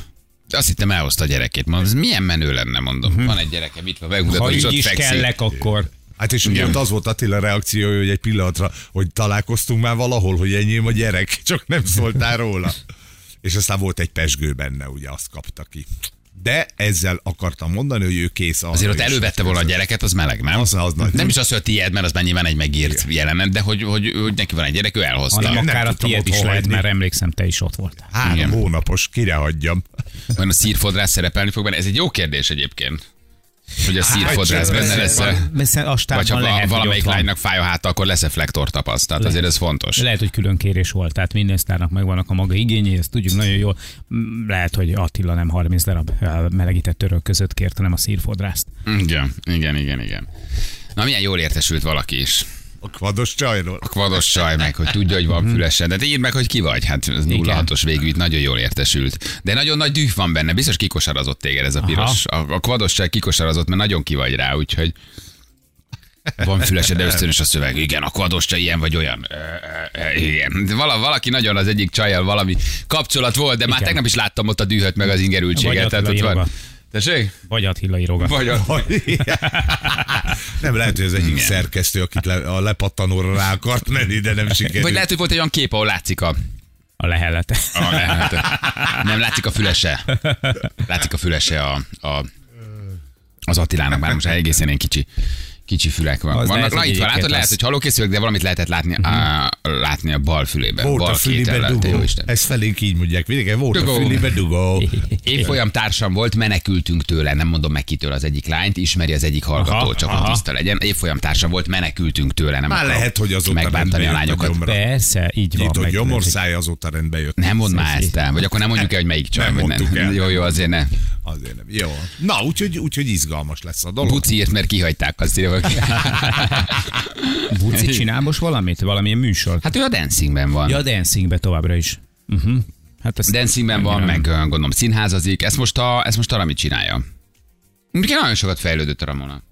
Speaker 1: azt hittem elhozta a gyerekét. Mondom, ez milyen menő lenne, mondom.
Speaker 3: Mhm.
Speaker 1: Van egy gyerekem itt, megmutatom,
Speaker 2: Ha
Speaker 1: és
Speaker 2: így
Speaker 1: ott
Speaker 2: is
Speaker 1: fekszik.
Speaker 2: kellek, akkor
Speaker 3: Hát és ugye ott az volt Attila reakciója, hogy egy pillanatra, hogy találkoztunk már valahol, hogy enyém a gyerek, csak nem szóltál róla. és aztán volt egy pesgő benne, ugye azt kapta ki. De ezzel akartam mondani, hogy ő kész arra
Speaker 1: Azért ott
Speaker 3: is.
Speaker 1: elővette volna a gyereket, az meleg, nem?
Speaker 3: Az- az nagy.
Speaker 1: nem is az, hogy a tiéd, mert az már nyilván egy megírt jelenet, de hogy, hogy, hogy neki van egy gyerek, ő elhozta.
Speaker 2: Hanem
Speaker 3: nem
Speaker 2: akár a
Speaker 3: tudtam
Speaker 2: tiéd
Speaker 3: otthon
Speaker 2: is lehet,
Speaker 3: hagyni. Hát,
Speaker 2: mert emlékszem, te is ott voltál.
Speaker 3: Három
Speaker 1: Igen.
Speaker 3: hónapos, kire hagyjam.
Speaker 1: Van a szírfodrász szerepelni fog benne. Ez egy jó kérdés egyébként. Hogy a szírfodrász
Speaker 3: csak
Speaker 1: benne
Speaker 3: Hát, ez
Speaker 1: lesz
Speaker 2: Hiszen a
Speaker 1: Vagy
Speaker 2: stábban
Speaker 1: ha
Speaker 2: lehet,
Speaker 1: lehet,
Speaker 2: hogy
Speaker 1: valamelyik
Speaker 2: ott van.
Speaker 1: lánynak fáj a háta, akkor lesz reflektor tapaszt. Tehát azért ez fontos.
Speaker 2: Lehet, hogy külön kérés volt, tehát minden sztárnak megvannak a maga igényei, ezt tudjuk nagyon jól. M, Lehet, hogy Attila nem 30 darab eh, melegített török között kért, hanem a szírfodrászt.
Speaker 1: Igen, igen, igen, igen. Na milyen jól értesült valaki is.
Speaker 3: A kvados csajról.
Speaker 1: A kvados csaj meg, hogy tudja, hogy
Speaker 2: Mhm.
Speaker 1: van fülesen. De te írd meg, hogy ki vagy. Hát ez 06-os végül itt nagyon jól értesült. De nagyon nagy düh van benne. Biztos kikosarazott téged ez a piros. A, a kvados csaj kikosarazott, mert nagyon ki vagy rá, úgyhogy van fülesed, de ösztönös a szöveg. Igen, a kvados csaj ilyen vagy olyan. Ö, ö, ö, Igen. De vala, valaki nagyon az egyik csajjal valami kapcsolat volt, de már
Speaker 2: Igen.
Speaker 1: tegnap is láttam ott a dühöt meg az ingerültséget.
Speaker 2: Vagy
Speaker 1: Tehát ott
Speaker 2: Attila
Speaker 1: van.
Speaker 2: írogat.
Speaker 1: Tessék?
Speaker 2: Vagy Attila írogat.
Speaker 1: Vagy a...
Speaker 3: Nem lehet, hogy az egyik
Speaker 1: Igen.
Speaker 3: szerkesztő, akit le, a lepattanóra rá akart menni, de nem sikerült.
Speaker 1: Vagy lehet, hogy volt egy olyan kép, ahol látszik a
Speaker 2: A lehellete.
Speaker 1: A lehet. Nem látszik a fülese. Látszik a fülese a, a az Attilának már most egészen ilyen kicsi kicsi fülek van.
Speaker 2: Az
Speaker 1: Vannak,
Speaker 2: lehet,
Speaker 1: na
Speaker 2: hogy
Speaker 1: itt van, látod,
Speaker 2: egyébként
Speaker 1: lehet,
Speaker 2: az-
Speaker 1: hogy halókészülök, de valamit lehetett látni, á, látni a bal fülében.
Speaker 3: Mhm. volt
Speaker 1: bal
Speaker 3: a fülibe
Speaker 1: kétellel, te
Speaker 3: dugó.
Speaker 1: jó Isten.
Speaker 3: Ezt felénk így mondják. Mindenki volt
Speaker 1: Dugó.
Speaker 3: a fülibe dugó.
Speaker 1: Évfolyam társam volt, menekültünk tőle, nem mondom meg kitől az egyik lányt, ismeri az egyik hallgató,
Speaker 2: Aha,
Speaker 1: csak
Speaker 2: aha.
Speaker 1: hogy tiszta legyen. Évfolyam társam volt, menekültünk tőle, nem
Speaker 3: Már
Speaker 1: akarom
Speaker 3: lehet, hogy azóta
Speaker 1: megbántani a
Speaker 3: rendbe jött a
Speaker 1: lányokat.
Speaker 3: gyomra.
Speaker 2: Persze, így van.
Speaker 3: Nyitott
Speaker 2: meg-
Speaker 3: gyomorszáj azóta rendbe jött. Szóval
Speaker 1: Nem mondd már ezt el, vagy akkor nem mondjuk el, hogy melyik csaj.
Speaker 3: Nem
Speaker 1: vagy
Speaker 3: mondtuk el.
Speaker 1: Jó, jó, azért ne.
Speaker 3: Azért nem. Jó. Na, úgyhogy, úgyhogy izgalmas lesz a dolog.
Speaker 1: Buciért, mert kihagyták azt írja valaki.
Speaker 2: Buci csinál most valamit? Valamilyen műsor?
Speaker 1: Hát ő a dancingben van.
Speaker 2: Ja,
Speaker 1: Ja,
Speaker 2: a dancingbe továbbra is. Uh-huh. Hát ezt
Speaker 1: dancingben van, meg ö, gondolom színházazik. Ezt most a, ezt most a Rami csinálja. Még nagyon sokat fejlődött a Ramona.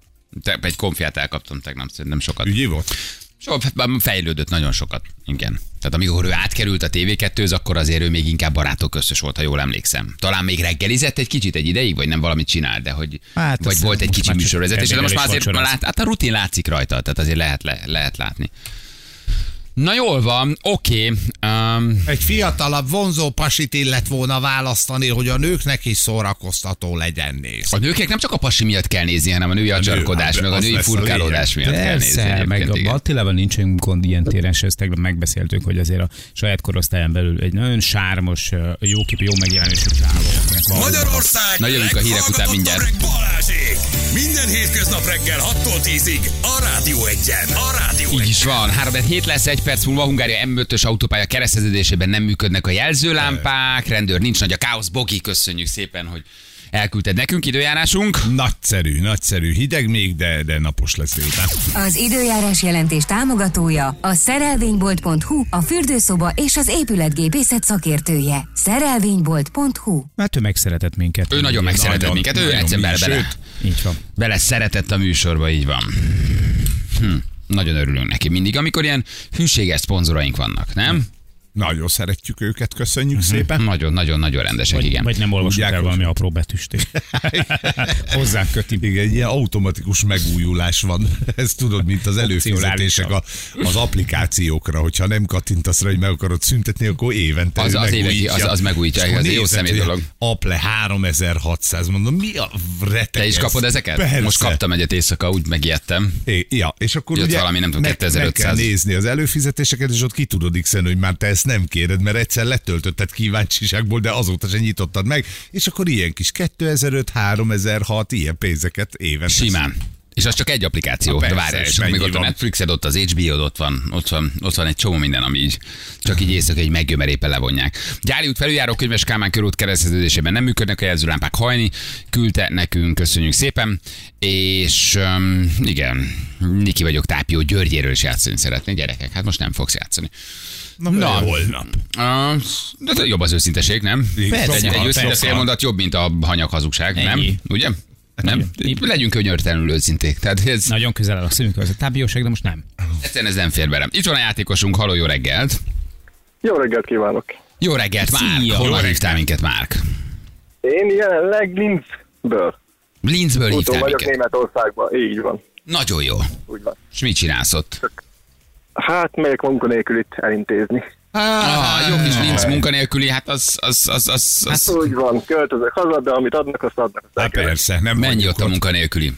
Speaker 1: Te, egy konfiát elkaptam tegnap, szerintem sokat.
Speaker 3: Ügyi volt?
Speaker 1: Sok, fejlődött nagyon sokat, igen. Tehát amikor ő átkerült a tv 2 akkor azért ő még inkább barátok összes volt, ha jól emlékszem. Talán még reggelizett egy kicsit egy ideig, vagy nem valamit csinál, de hogy
Speaker 2: Hát,
Speaker 1: hát, vagy
Speaker 2: azt
Speaker 1: volt egy
Speaker 2: most
Speaker 1: kicsi
Speaker 2: már csak
Speaker 1: műsorvezetés, de most már
Speaker 2: ebédelés,
Speaker 1: azért
Speaker 2: vacsoráz.
Speaker 1: lát, hát a rutin látszik rajta, tehát azért lehet, le, lehet látni. Na jól van, oké. Okay. Um,
Speaker 3: Egy fiatalabb, vonzó pasit illet volna választani, hogy a nőknek is szórakoztató legyen néz.
Speaker 1: A nőknek nem csak a pasi miatt kell nézni, hanem a női acsarkodás,
Speaker 3: hát
Speaker 1: meg a
Speaker 3: az
Speaker 1: női
Speaker 3: lesz a
Speaker 1: furkálódás miatt hát kell nézni.
Speaker 2: Persze, meg
Speaker 1: egyébként,
Speaker 2: a
Speaker 1: igen.
Speaker 2: Attilában nincsen gond ilyen téren, és ezt tegnap megbeszéltük, hogy azért a saját korosztályon belül egy nagyon sármos, jóképű, jó megjelenésű csávó.
Speaker 4: Magyarország
Speaker 1: Na, jövünk a hírek után mindjárt.
Speaker 4: leghallgatottabb Balázsék! Minden hétköznap reggel 6-tól 10-ig a Rádió 1-en. A Rádió
Speaker 1: Így
Speaker 4: 1
Speaker 1: is van. 3 hét lesz, egy perc múlva Hungária M5-ös autópálya kereszteződésében nem működnek a jelzőlámpák, rendőr nincs nagy a káosz. Bogi, köszönjük szépen, hogy elküldted nekünk időjárásunk.
Speaker 3: Nagyszerű, nagyszerű. Hideg még, de, de napos lesz délután.
Speaker 5: Az időjárás jelentés támogatója a szerelvénybolt.hu, a fürdőszoba és az épületgépészet szakértője. Szerelvénybolt.hu
Speaker 2: Hát ő megszeretett minket.
Speaker 1: Ő nagyon megszeretett
Speaker 3: nagyon,
Speaker 1: minket, ő
Speaker 3: nagyon
Speaker 1: egyszerűen bele,
Speaker 3: mi is,
Speaker 1: bele,
Speaker 3: sőt.
Speaker 2: Így van.
Speaker 1: bele szeretett a műsorba, így van. Hm. Nagyon örülünk neki mindig, amikor ilyen hűséges szponzoraink vannak, nem?
Speaker 3: Nagyon szeretjük őket, köszönjük szépen.
Speaker 1: Nagyon-nagyon-nagyon rendesek,
Speaker 2: Vagy,
Speaker 1: igen.
Speaker 2: vagy nem olvasott
Speaker 3: Mondják,
Speaker 2: el
Speaker 3: hogy-
Speaker 2: valami apró betűstét. Hozzánk köti.
Speaker 3: Igen, egy ilyen automatikus megújulás van. Ez tudod, mint az előfizetések a, az applikációkra, hogyha nem kattintasz rá, hogy meg akarod szüntetni, akkor évente
Speaker 1: Az-
Speaker 3: ő
Speaker 1: az éve- az- az megújítja,
Speaker 3: És akkor
Speaker 1: az egy jó
Speaker 3: nézed,
Speaker 1: személy
Speaker 3: hogy
Speaker 1: dolog.
Speaker 3: Aple 3600, mondom, mi a retek
Speaker 1: Te is
Speaker 3: ez?
Speaker 1: kapod ezeket?
Speaker 3: Persze.
Speaker 1: Most kaptam egyet éjszaka, úgy megijedtem.
Speaker 3: É, ja, és akkor
Speaker 1: Jött
Speaker 3: ugye
Speaker 1: valami, nem tudom,
Speaker 3: meg-
Speaker 1: 2500.
Speaker 3: Meg kell nézni az előfizetéseket, és ott ki tudod x hogy már te ezt nem kéred, mert egyszer letöltötted kíváncsiságból, de azóta se nyitottad meg, és akkor ilyen kis 2005, 3006, ilyen pénzeket évente.
Speaker 1: Simán. És az csak egy applikáció.
Speaker 3: Na
Speaker 1: de
Speaker 3: persze,
Speaker 1: várj,
Speaker 3: és
Speaker 1: és még
Speaker 3: mennyi
Speaker 1: ott a
Speaker 3: van?
Speaker 1: Netflixed, ott az HBO-d, ott van, ott van, ott van egy csomó minden, ami így csak így éjszaka egy megjömerépen levonják. Gyári út felüljáró könyves Kálmán körút kereszteződésében nem működnek a jelzőlámpák hajni, küldte nekünk, köszönjük szépen, és um, igen, Niki vagyok tápió, Györgyéről is játszani szeretnék, gyerekek, hát most nem fogsz játszani.
Speaker 3: Na, Na, holnap.
Speaker 1: Uh, de jobb az őszinteség, nem?
Speaker 3: Persze,
Speaker 1: egy, egy
Speaker 3: persze.
Speaker 1: őszinte félmondat jobb, mint a hanyag hazugság, nem?
Speaker 2: Ennyi.
Speaker 1: Ugye?
Speaker 3: Hát
Speaker 1: Nem? Legyünk könyörtelenül őszinték. Tehát ez,
Speaker 2: Nagyon közel áll a szemünkhöz. A tábióság, de most nem.
Speaker 1: Egyszerűen ez nem fér bele. Itt van a játékosunk, haló, jó reggelt!
Speaker 6: Jó reggelt kívánok!
Speaker 1: Jó reggelt, Márk!
Speaker 2: Szia! Jó
Speaker 1: Honnan
Speaker 2: reggelt.
Speaker 1: hívtál minket, Márk?
Speaker 6: Én jelenleg Linzből.
Speaker 1: Linzből
Speaker 6: Úton
Speaker 1: hívtál
Speaker 6: vagyok
Speaker 1: minket.
Speaker 6: Németországban, így van,
Speaker 1: Nagyon jó.
Speaker 6: úgy van.
Speaker 1: És mit csinálsz ott?
Speaker 6: Hát megyek munkanélkül itt elintézni.
Speaker 1: Ah, jó kis nincs munkanélküli, hát az, az, az, az, az
Speaker 6: Hát Úgy van, költözök haza, de amit adnak, azt adnak. Azt
Speaker 3: Hát
Speaker 6: el kell.
Speaker 3: persze, nem
Speaker 1: mennyi
Speaker 3: vagyunk
Speaker 1: ott a munkanélküli?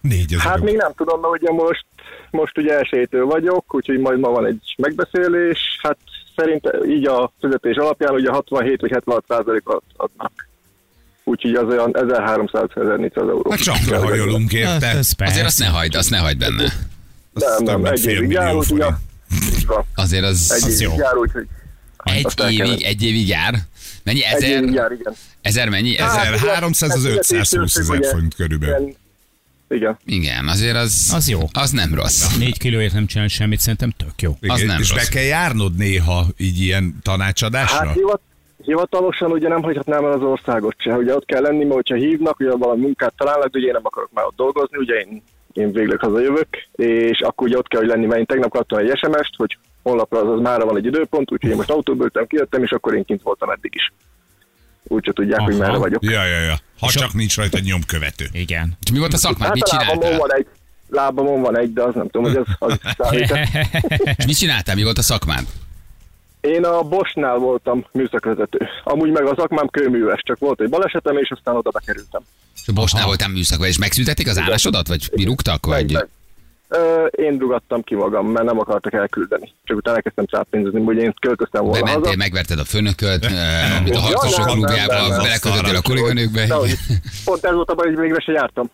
Speaker 3: Négy ezer
Speaker 6: Hát még nem tudom, mert ugye most, most ugye esélytől vagyok, úgyhogy majd ma van egy megbeszélés. Hát szerintem így a fizetés alapján ugye 67 vagy 76 százalékot adnak. Úgyhogy az olyan 1300-1400 euró.
Speaker 3: Hát csapra hajolunk, érte?
Speaker 2: Hát, Ez persze.
Speaker 1: Azért azt ne hagyd, azt ne hagyd benne.
Speaker 6: nem,
Speaker 3: több
Speaker 6: nem,
Speaker 3: mint
Speaker 6: egy
Speaker 3: fél
Speaker 6: évig
Speaker 3: millió
Speaker 6: jár, úgyhogy
Speaker 3: forint.
Speaker 6: a- így van.
Speaker 1: Azért az
Speaker 6: Egy
Speaker 3: Az jó.
Speaker 6: évig jár, úgyhogy
Speaker 1: egy
Speaker 6: azt el kellett.
Speaker 1: évig, egy évig jár. Mennyi?
Speaker 6: egy
Speaker 1: Ezer?
Speaker 6: évig jár, igen.
Speaker 1: Ezer mennyi?
Speaker 3: Hát,
Speaker 1: Ezer?
Speaker 3: 1300 az 520 ezer
Speaker 6: Ugye,
Speaker 3: forint körülbelül.
Speaker 6: ilyen- Igen.
Speaker 1: Igen, azért az...
Speaker 2: Az jó. Hát
Speaker 1: Az nem rossz.
Speaker 2: Négy kilóért nem csinál semmit, szerintem tök jó.
Speaker 1: Az nem
Speaker 3: és
Speaker 1: rossz.
Speaker 3: be kell járnod néha így ilyen tanácsadásra?
Speaker 6: Hát hivat, hivatalosan ugye nem hagyhatnám el az országot se. Ugye ott kell lenni, mert hogyha hívnak, ugye valami munkát találnak, de ugye én nem akarok már ott dolgozni, ugye én, én végleg hazajövök, és akkor ugye ott kell, hogy lenni, mert én tegnap kaptam egy SMS-t, hogy honlapra azaz mára van egy időpont, úgyhogy én most autóból ültem, kijöttem, és akkor én kint voltam eddig is. Úgyse tudják, hogy merre vagyok.
Speaker 3: Ja, ja, ja. Ha
Speaker 2: És a-
Speaker 3: csak nincs rajta nyomkövető.
Speaker 2: Igen.
Speaker 1: És mi volt a szakmád? Mit
Speaker 6: Hát a lábamon
Speaker 1: csináltál?
Speaker 6: van egy, lábamon van egy, de az nem tudom, hogy az, az számít.
Speaker 1: És mit csináltál? Mi volt a szakmád?
Speaker 6: Én a Bosnál voltam műszakvezető. Amúgy meg a szakmám kőműves, csak volt egy balesetem, és aztán oda bekerültem.
Speaker 1: És a Bosnál voltál műszakban, és megszüntették az állásodat? Vagy mi rúgtak?
Speaker 6: Meg,
Speaker 1: Vagy...
Speaker 6: meg. Ö, én dugattam ki magam, mert nem akartak elküldeni. Csak utána elkezdtem cápénzni, hogy én köztöztem volna
Speaker 1: Bementél,
Speaker 6: haza.
Speaker 1: megverted a főnököt, eh, mint a
Speaker 6: Ja,
Speaker 1: harcosok
Speaker 6: nem, nem,
Speaker 1: klubjába,
Speaker 6: nem,
Speaker 1: belekötöttél a kolléganőkbe.
Speaker 6: Dehogy. Pont ez volt a baj, hogy végre se jártam.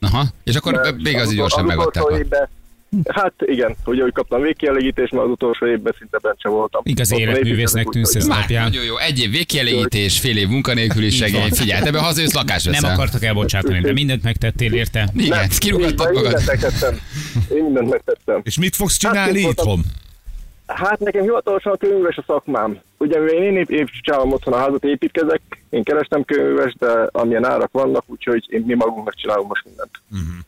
Speaker 1: Aha, és akkor
Speaker 6: Mert
Speaker 1: még az
Speaker 6: utol-
Speaker 1: gyorsan megadták.
Speaker 6: utolsó
Speaker 1: a-
Speaker 6: évben- Hát igen, ugye úgy kaptam végkielégítést, mert az utolsó évben szinte bent sem voltam.
Speaker 2: Igazi
Speaker 6: Ott van
Speaker 2: életművésznek
Speaker 6: építkezés,
Speaker 2: tűnsz ez
Speaker 6: úgyhogy-
Speaker 1: Már
Speaker 2: napján.
Speaker 1: nagyon jó. Egy év végkielégítés, fél év munkanélküli segély. Figyelj, ebbe hazajössz, lakást veszel.
Speaker 2: Nem akartak elbocsátani, de mindent megtettél érte.
Speaker 1: Igen,
Speaker 6: Nem,
Speaker 1: kirúgattad
Speaker 6: én- én
Speaker 1: magad.
Speaker 6: mindent megtettem. Én mindent megtettem.
Speaker 3: És mit fogsz
Speaker 6: Hát,
Speaker 3: csinálni
Speaker 6: én voltam-
Speaker 3: itthon?
Speaker 6: Hát nekem hivatalosan a kőműves a szakmám. Ugye mivel én épp, épp csinálom otthon a házat, építkezek, én kerestem kőműves, de amilyen árak vannak, úgyhogy én mi magunknak csinálunk most mindent.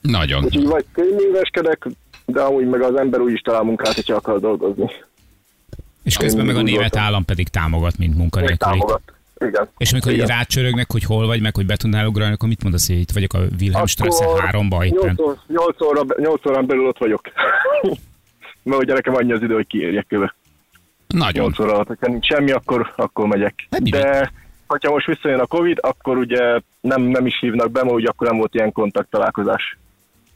Speaker 1: Nagyon.
Speaker 6: Úgyhogy vagy kőműveskedek, de amúgy meg az ember úgy is talál munkát, hogyha akar dolgozni.
Speaker 2: És közben meg a
Speaker 6: Úgy
Speaker 2: német
Speaker 6: voltam.
Speaker 2: állam pedig támogat, mint
Speaker 6: Még
Speaker 2: munkanélküli.
Speaker 6: támogat. Igen.
Speaker 2: És amikor így
Speaker 6: Igen.
Speaker 2: rácsörögnek, hogy hol vagy, meg hogy be tudnál ugrani, akkor mit mondasz, hogy itt vagyok a Wilhelmstrasse 3-ba éppen?
Speaker 6: 8, óra, 8, óra, 8 órán belül ott vagyok. Mert ugye nekem annyi az idő, hogy kiérjek köve.
Speaker 1: Nagyon.
Speaker 6: 8 óra alatt, hogyha nincs semmi, akkor, akkor megyek.
Speaker 2: Hát mi
Speaker 6: De hogyha most visszajön a Covid, akkor ugye nem, nem is hívnak be, mert ugye akkor nem volt ilyen kontakt találkozás.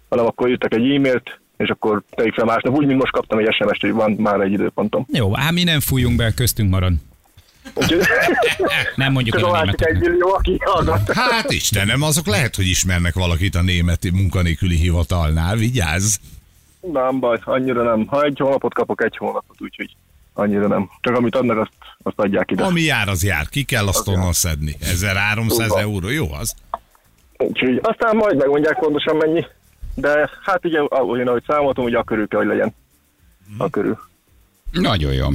Speaker 6: Hanem akkor írtak egy e-mailt, és akkor tegyük fel másnap. Úgy, mint most kaptam egy SMS-t, hogy van már egy időpontom.
Speaker 2: Jó, ám mi nem fújunk be, köztünk marad.
Speaker 6: Úgyhogy
Speaker 2: Nem mondjuk
Speaker 6: ez
Speaker 2: el
Speaker 6: a
Speaker 2: a
Speaker 6: másik egy
Speaker 2: németeknek.
Speaker 6: millió, aki hallgat.
Speaker 3: Hát Istenem, azok lehet, hogy ismernek valakit a német munkanélküli hivatalnál, vigyázz!
Speaker 6: Nem baj, annyira nem. Ha egy hónapot kapok, egy hónapot, úgyhogy annyira nem. Csak amit adnak, azt, azt adják ide.
Speaker 3: Ami jár, az jár. Ki kell azt onnan szedni? 1300
Speaker 6: Tudom.
Speaker 3: euró, jó az?
Speaker 6: Úgyhogy aztán majd megmondják pontosan mennyi. De hát ugye, ahogy én ahogy számoltam, ugye a körül kell, hogy legyen. A körül.
Speaker 1: Nagyon jó.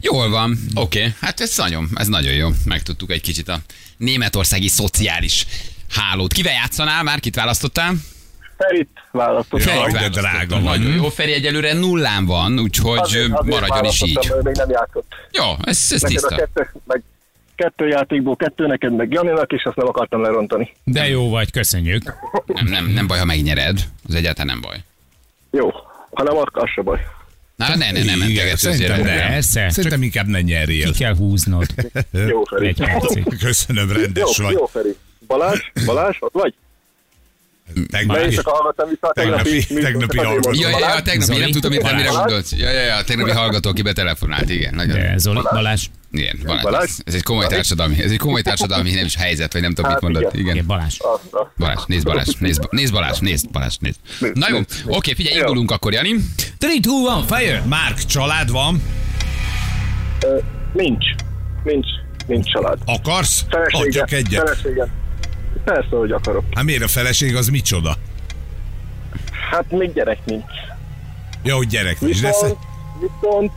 Speaker 1: Jól van, oké. Okay. Hát ez nagyon, ez nagyon jó. Megtudtuk egy kicsit a németországi szociális hálót. Kivel játszanál már? Kit választottál?
Speaker 6: Ferit választottam.
Speaker 3: Jaj,
Speaker 1: Ferit
Speaker 3: de
Speaker 1: választottam.
Speaker 3: drága
Speaker 1: Nagyon
Speaker 2: Mhm.
Speaker 3: vagy.
Speaker 1: jó. Feri egyelőre nullán van, úgyhogy azért, maradjon is így.
Speaker 6: választottam, mert Még nem játszott.
Speaker 1: Jó, ez, ez
Speaker 6: Neked a
Speaker 1: tiszta.
Speaker 6: kettő, meg kettő játékból kettő neked, meg Janinak, és azt nem akartam lerontani.
Speaker 2: De jó vagy, köszönjük.
Speaker 1: Nem, nem, nem baj, ha megnyered. Az egyáltalán nem baj.
Speaker 6: Jó, ha nem, akkor az se baj.
Speaker 1: Na, ne, ne, nem, nem,
Speaker 3: Igen, szerintem
Speaker 1: nem.
Speaker 3: nem.
Speaker 2: Persze,
Speaker 3: Szerintem inkább ne nyerjél.
Speaker 2: Ki kell húznod.
Speaker 6: Jó, Feri.
Speaker 2: Egy percig.
Speaker 3: Köszönöm,
Speaker 6: Jó,
Speaker 3: rendes vagy.
Speaker 6: jó, Feri. Balázs, Balázs, ott vagy?
Speaker 3: Tegnap-
Speaker 6: Már én csak hallgattam vissza a tegnapi...
Speaker 3: Tegnapi- tegnapi
Speaker 6: műsort.
Speaker 3: hallgató.
Speaker 1: Ja, ja, ja, tegnapi,
Speaker 2: Zoli?
Speaker 1: nem tudtam, mit mire
Speaker 2: Balázs?
Speaker 1: gondolsz. Ja, ja, ja, a tegnapi hallgató, aki betelefonált, igen. Nagyon,
Speaker 2: De Zoli, Balázs,
Speaker 1: igen, Balázs,
Speaker 6: Balázs?
Speaker 1: Ez, ez egy komoly társadalmi, ez egy komoly társadalmi nem is helyzet, vagy nem tudom,
Speaker 6: Hát
Speaker 1: mit mondott.
Speaker 6: igen.
Speaker 1: Igen.
Speaker 2: igen, Balázs.
Speaker 6: Azt, azt.
Speaker 1: Balázs, nézd Balázs, nézd, Ba- nézd Balázs, nézd Balázs, nézd. Na jó, oké, figyelj,
Speaker 6: Jó.
Speaker 1: indulunk akkor, Jani.
Speaker 2: 3, 2, 1, fire!
Speaker 3: Márk, család van?
Speaker 6: Ö, Nincs. Nincs. Nincs család.
Speaker 3: Akarsz?
Speaker 6: Feleségem.
Speaker 3: Adjak egyet.
Speaker 6: Feleségem. Persze, hogy akarok.
Speaker 3: Hát miért a feleség az micsoda?
Speaker 6: Hát még gyerek nincs.
Speaker 3: Ja, hogy gyerek nincs, de
Speaker 6: Viszont,
Speaker 3: sze-
Speaker 6: viszont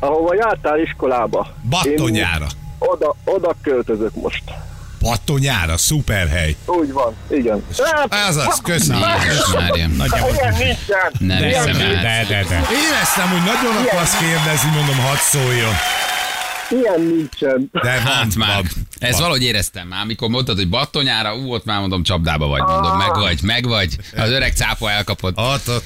Speaker 6: ahova jártál iskolába,
Speaker 3: battonyára.
Speaker 6: én oda, oda költözök most.
Speaker 3: Battonyára, szuper hely.
Speaker 6: Úgy van, igen. Hát,
Speaker 3: Az az, köszönöm.
Speaker 1: Jézus Mária.
Speaker 6: ilyen nincsen.
Speaker 1: Nem hiszem el.
Speaker 2: De, de, de.
Speaker 3: Éreztem, hogy nagyon akarsz kérdezni, mondom, hadd szóljon.
Speaker 6: Ilyen nincsen.
Speaker 3: De van,
Speaker 1: Hát már,
Speaker 3: van,
Speaker 1: ezt
Speaker 3: van.
Speaker 1: valahogy éreztem már, amikor mondtad, hogy battonyára, ú, ott már mondom, csapdába vagy, mondom, meg vagy, meg vagy. Az öreg cápa elkapott.
Speaker 3: Ott, ott.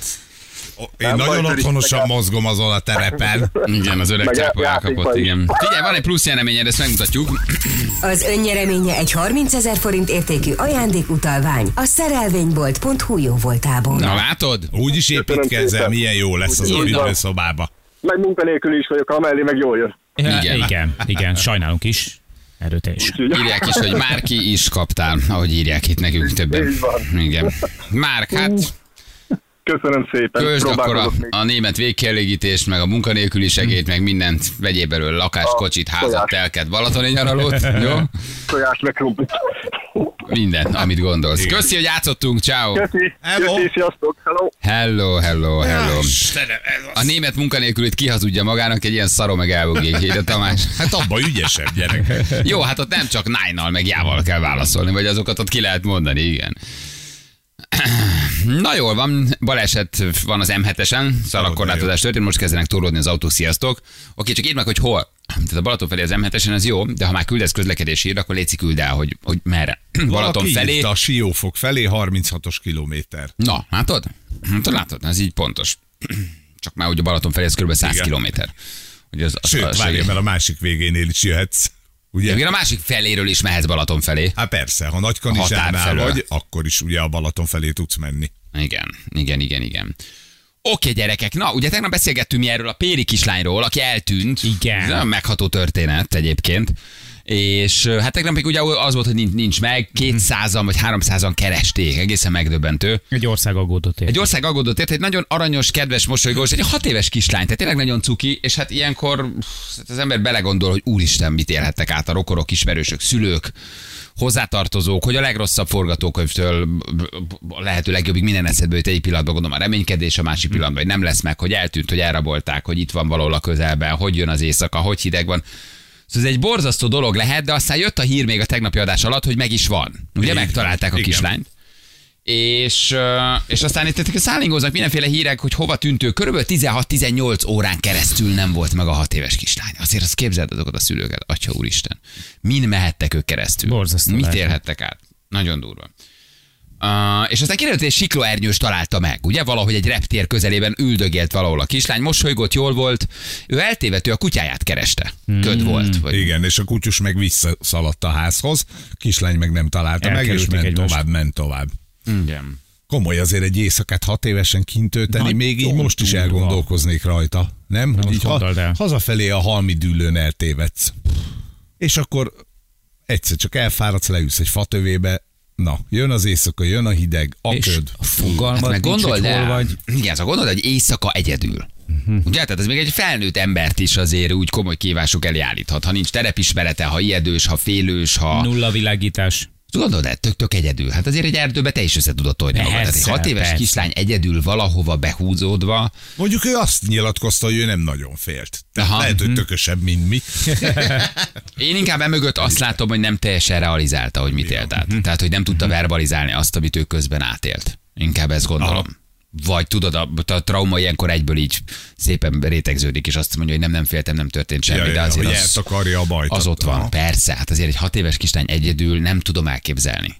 Speaker 3: Hát, Én
Speaker 6: Nem
Speaker 3: nagyon
Speaker 6: baj,
Speaker 3: otthonosan
Speaker 6: turisztikát.
Speaker 3: mozgom azon a terepen.
Speaker 1: Igen, az öreg
Speaker 6: Meg
Speaker 1: csápó
Speaker 6: já-
Speaker 1: elkapott,
Speaker 6: játékban is.
Speaker 1: igen. Figyelj, van egy plusz nyereményed, ezt megmutatjuk.
Speaker 5: Az önnyereménye egy 30 ezer forint értékű ajándékutalvány a szerelvénybolt.hu jó voltából.
Speaker 1: Na látod?
Speaker 3: Úgy is építkezzel,
Speaker 6: szépen.
Speaker 3: milyen jó lesz az
Speaker 6: Így
Speaker 3: a
Speaker 6: van.
Speaker 3: üdvőszobába.
Speaker 6: Meg munkanélkül is vagyok, amellé meg jól jön.
Speaker 1: Igen.
Speaker 2: Igen. igen, igen, sajnálunk is. Erőteljesen.
Speaker 6: Úgyhogy-
Speaker 1: Írják is, hogy Márki is kaptál, ahogy írják itt nekünk többen.
Speaker 6: Így van.
Speaker 1: Igen. Márk, hát
Speaker 6: Köszönöm szépen.
Speaker 1: Költsd akkor a,
Speaker 6: Próbálkozok még.
Speaker 1: a német végkielégítést, meg a munkanélküli segélyt, meg mindent. Vegyél belőle lakást, kocsit, házat,
Speaker 6: tojás.
Speaker 1: telket, balatoni nyaralót, jó?
Speaker 6: Tojás meg krumplit.
Speaker 1: Minden, amit gondolsz. Köszi, hogy játszottunk, ciao.
Speaker 6: Köszi.
Speaker 3: Hello.
Speaker 6: Köszi, sziasztok. Hello.
Speaker 1: Hello, hello, hello.
Speaker 3: Istenem, ez az-
Speaker 1: A német munkanélkülit kihazudja magának, egy ilyen szarom meg elbogik. Ide Tamás.
Speaker 3: Hát abban ügyesebb gyerek.
Speaker 1: Jó, hát ott nem csak nájnal, meg jával kell válaszolni, vagy azokat ott ki lehet mondani, igen. Na jól van, baleset van az M7-esen, szalagkorlátozás történt, most kezdenek torlódni az autók, sziasztok. Oké, csak írd meg, hogy hol. Tehát a Balaton felé az M7-esen az jó, de ha már küldesz közlekedési hír, akkor léci küld el, hogy, hogy merre. Balaton
Speaker 3: Valaki
Speaker 1: felé.
Speaker 3: írta A Siófok felé 36-os kilométer.
Speaker 1: Na, látod? Tudod, látod? Ez így pontos. Csak már ugye Balaton felé ez kb. 100
Speaker 3: Igen.
Speaker 1: kilométer. Hogy az, az
Speaker 3: Sőt,
Speaker 1: az-
Speaker 3: várj, mert a másik végénél is jöhetsz. Ugye?
Speaker 1: Igen, a másik feléről is mehetsz Balaton felé.
Speaker 3: Hát persze, ha
Speaker 1: A határ
Speaker 3: Nagykanizsánál
Speaker 1: felől.
Speaker 3: vagy, akkor is ugye a Balaton felé tudsz menni.
Speaker 1: Igen, igen, igen, igen. Oké, gyerekek, na, ugye tegnap beszélgettünk mi erről a Péri kislányról, aki eltűnt.
Speaker 2: Igen.
Speaker 1: Ez nagyon megható történet egyébként. És ö, hát tegnap még ugye az volt, hogy nincs, nincs meg, 200-an vagy 300-an keresték, egészen megdöbbentő.
Speaker 2: Egy ország aggódott ért.
Speaker 1: Egy ország aggódott ért, egy nagyon aranyos, kedves, mosolygós, egy hat éves kislány, tehát tényleg nagyon cuki, és hát ilyenkor pff, hát az ember belegondol, hogy úristen, mit élhettek át a rokonok, ismerősök, szülők, hozzátartozók, hogy a legrosszabb forgatókönyvtől b- b- b- a lehető legjobbig minden eszedbe jut egy pillanatban, gondolom a reménykedés, a másik pillanatban, hogy nem lesz meg, hogy eltűnt, hogy elrabolták, hogy itt van valahol a közelben, hogy jön az éjszaka, hogy hideg van. Szóval ez egy borzasztó dolog lehet, de aztán jött a hír még a tegnapi adás alatt, hogy meg is van. Ugye
Speaker 3: Így van.
Speaker 1: megtalálták a
Speaker 3: Igen.
Speaker 1: kislányt és, ö, és aztán itt ezek szállingoznak mindenféle hírek, hogy hova tűntő. Körülbelül 16-18 órán keresztül nem volt meg a hat éves kislány. Azért azt képzeld azokat a szülőket, atya úristen. Min mehettek ők keresztül?
Speaker 2: Borzasztó
Speaker 1: Mit
Speaker 2: lehet.
Speaker 1: élhettek át? Nagyon durva. Uh, és aztán kiderült, hogy egy siklóernyős találta meg, ugye? Valahogy egy reptér közelében üldögélt valahol a kislány, mosolygott, jól volt. Ő eltévedt, ő a kutyáját kereste. Köd volt. Vagy
Speaker 3: Igen, és a kutyus meg visszaszaladt a házhoz, kislány meg nem találta meg, és
Speaker 2: Elkerülték
Speaker 3: ment
Speaker 2: egymást.
Speaker 3: tovább, ment tovább.
Speaker 1: Igen.
Speaker 3: Komoly azért egy éjszakát hat évesen kint tölteni, még így most is elgondolkoznék rajta, nem? Hogy így
Speaker 2: most
Speaker 3: ha,
Speaker 2: gondold el.
Speaker 3: hazafelé a halmi dűlőn eltévedsz. És akkor egyszer csak elfáradsz, leülsz egy fatövébe, na, jön az éjszaka, jön a hideg, a
Speaker 2: És
Speaker 3: köd.
Speaker 2: a
Speaker 1: Hát
Speaker 2: fogalmad
Speaker 1: meg
Speaker 2: hát nincs,
Speaker 1: gondold
Speaker 2: hogy hol
Speaker 1: el,
Speaker 2: vagy. Mhm.
Speaker 1: igen, szóval gondold, el, hogy éjszaka egyedül. Ugye, tehát ez még egy felnőtt embert is azért úgy komoly kívások elé állíthat, ha nincs terepismerete, ha ijedős, ha félős, ha...
Speaker 2: Nulla világítás.
Speaker 1: Gondolod, el, tök, tök egyedül. Hát azért egy erdőbe te is össze tudod tolni magad. Tehát egy
Speaker 2: Persze,
Speaker 1: hat éves
Speaker 2: persze.
Speaker 1: kislány egyedül valahova behúzódva,
Speaker 3: Mondjuk ő azt nyilatkozta, hogy ő nem nagyon félt. Tehát
Speaker 1: Aha. mhm.
Speaker 3: lehet, hogy tökösebb, mint mi.
Speaker 1: Én inkább emögött azt látom, hogy nem teljesen realizálta, hogy mit élt
Speaker 3: Mhm.
Speaker 1: át. Tehát, hogy nem tudta verbalizálni azt, amit ő közben átélt. Inkább ezt gondolom. Vagy tudod, a, a trauma ilyenkor egyből így szépen rétegződik, és azt mondja, hogy nem, nem féltem, nem történt semmi,
Speaker 3: Ja, ja,
Speaker 1: de
Speaker 3: ja,
Speaker 1: azért
Speaker 3: hogy
Speaker 1: az,
Speaker 3: eltakarja a bajt.
Speaker 1: az ott van.
Speaker 3: Aha.
Speaker 1: Persze, hát azért egy hat éves kislány egyedül nem tudom elképzelni.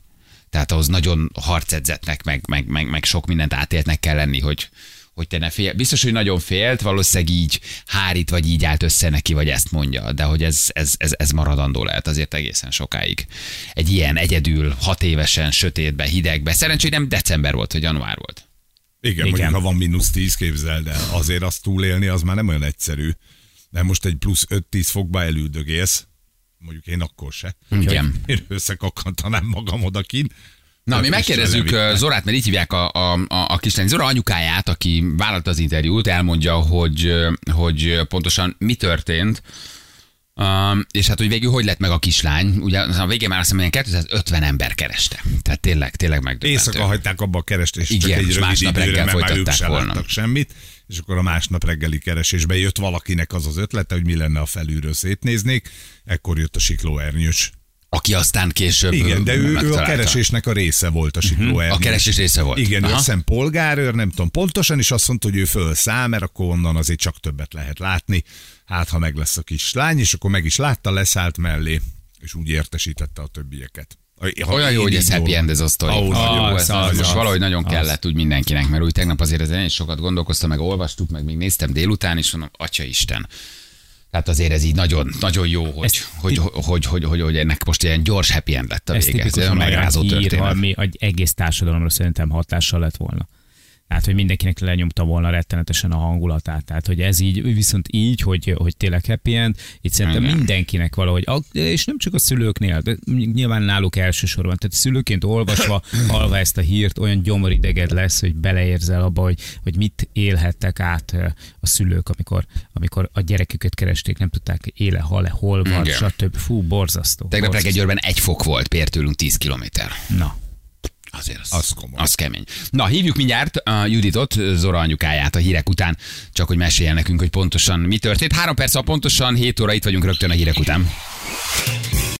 Speaker 1: Tehát ahhoz nagyon harcedzetnek, meg, meg, meg, meg sok mindent átéltnek kell lenni, hogy, hogy te ne fél. Biztos, hogy nagyon félt, valószínűleg így hárít, vagy így állt össze neki, vagy ezt mondja, de hogy ez, ez, ez, ez maradandó lehet azért egészen sokáig. Egy ilyen egyedül, hat évesen, sötétbe, hidegbe. Szerencsére nem december volt, hogy január volt.
Speaker 3: Igen, Igen. mondjuk ha van mínusz 10, képzeld el, azért azt túlélni, az már nem olyan egyszerű. De most egy plusz 5-10 fokba elüldögélsz, mondjuk én akkor se.
Speaker 1: Igen.
Speaker 3: Én összekakkantanám magam odakint.
Speaker 1: Na, mi
Speaker 3: Tehát
Speaker 1: megkérdezzük
Speaker 3: Istenem,
Speaker 1: ö, Zorát, mert így hívják a, a, a, a kislány. Zora anyukáját, aki vállalta az interjút, elmondja, hogy, ö, hogy pontosan mi történt, Um, és hát, hogy végül hogy lett meg a kislány, ugye a végén már azt hiszem, hogy ilyen 250 ember kereste. Tehát tényleg, tényleg megdöbbentő.
Speaker 3: Éjszaka hagyták abba a kerestést, csak
Speaker 1: Igen,
Speaker 3: egy
Speaker 1: és
Speaker 3: rövid
Speaker 1: másnap reggel
Speaker 3: időre, mert már ők
Speaker 1: folytatták
Speaker 3: sem
Speaker 1: volna.
Speaker 3: láttak semmit, és akkor a másnap reggeli keresésbe jött valakinek az az ötlete, hogy mi lenne, ha felülről szétnéznék, ekkor jött a siklóernyős.
Speaker 1: Aki aztán később
Speaker 3: Igen, de ő, ő a
Speaker 1: megtalálta. Mhm.
Speaker 3: keresésnek a része volt a siklóernyős.
Speaker 1: A keresés része volt.
Speaker 3: Igen, ő
Speaker 1: Aha.
Speaker 3: azt hiszem polgárőr, nem tudom pontosan, és azt mondta, hogy ő fölszáll, mert akkor onnan azért csak többet lehet látni. Hát, ha meg lesz a kislány, és akkor meg is látta, leszállt mellé, és úgy értesítette a többieket. Ha
Speaker 1: Olyan jó,
Speaker 3: én
Speaker 1: hogy
Speaker 3: így
Speaker 1: ez happy
Speaker 3: jól-
Speaker 1: end ez a sztori.
Speaker 3: Ahhoz nagyon jó,
Speaker 1: az,
Speaker 3: ez
Speaker 1: az, az,
Speaker 3: nagyon
Speaker 1: most
Speaker 3: jó.
Speaker 1: valahogy nagyon kellett úgy mindenkinek, mert úgy tegnap azért ezen is sokat gondolkoztam, meg olvastuk, meg még néztem délután, és mondom, atya Isten. Tehát azért ez így nagyon, nagyon jó, hogy,
Speaker 2: Ez
Speaker 1: hogy, hogy, hogy, hogy, hogy, hogy, ennek most ilyen gyors happy end lett a
Speaker 2: Ez
Speaker 1: vége. Ez
Speaker 2: tipikusan
Speaker 1: egy
Speaker 2: olyan
Speaker 1: megrázó
Speaker 2: hír,
Speaker 1: történet.
Speaker 2: ami egy egész társadalomra szerintem hatással lett volna. Tehát, hogy mindenkinek lenyomta volna rettenetesen a hangulatát. Tehát, hogy ez így, viszont így, hogy, hogy tényleg happy end, itt szerintem
Speaker 1: Igen.
Speaker 2: Igen. mindenkinek valahogy, ak- és nem csak a szülőknél, de nyilván náluk elsősorban. Tehát szülőként olvasva, hallva ezt a hírt, olyan gyomorideged lesz, hogy beleérzel abba, hogy, hogy mit élhettek át ö, a szülők, amikor, amikor a gyereküket keresték, nem tudták éle, hal-e, hol van,
Speaker 1: Igen.
Speaker 2: stb. Fú, borzasztó.
Speaker 1: Tegnap
Speaker 2: borzasztó.
Speaker 1: reggel Győrben egy fok volt, Pértőlünk 10 kilométer.
Speaker 2: Na.
Speaker 1: Azért az,
Speaker 3: Az komoly.
Speaker 1: az kemény. Na, hívjuk mindjárt a Juditot, Zora anyukáját a hírek után, csak hogy meséljen nekünk, hogy pontosan mi történt. Három perc, a pontosan 7 óra itt vagyunk rögtön a hírek után.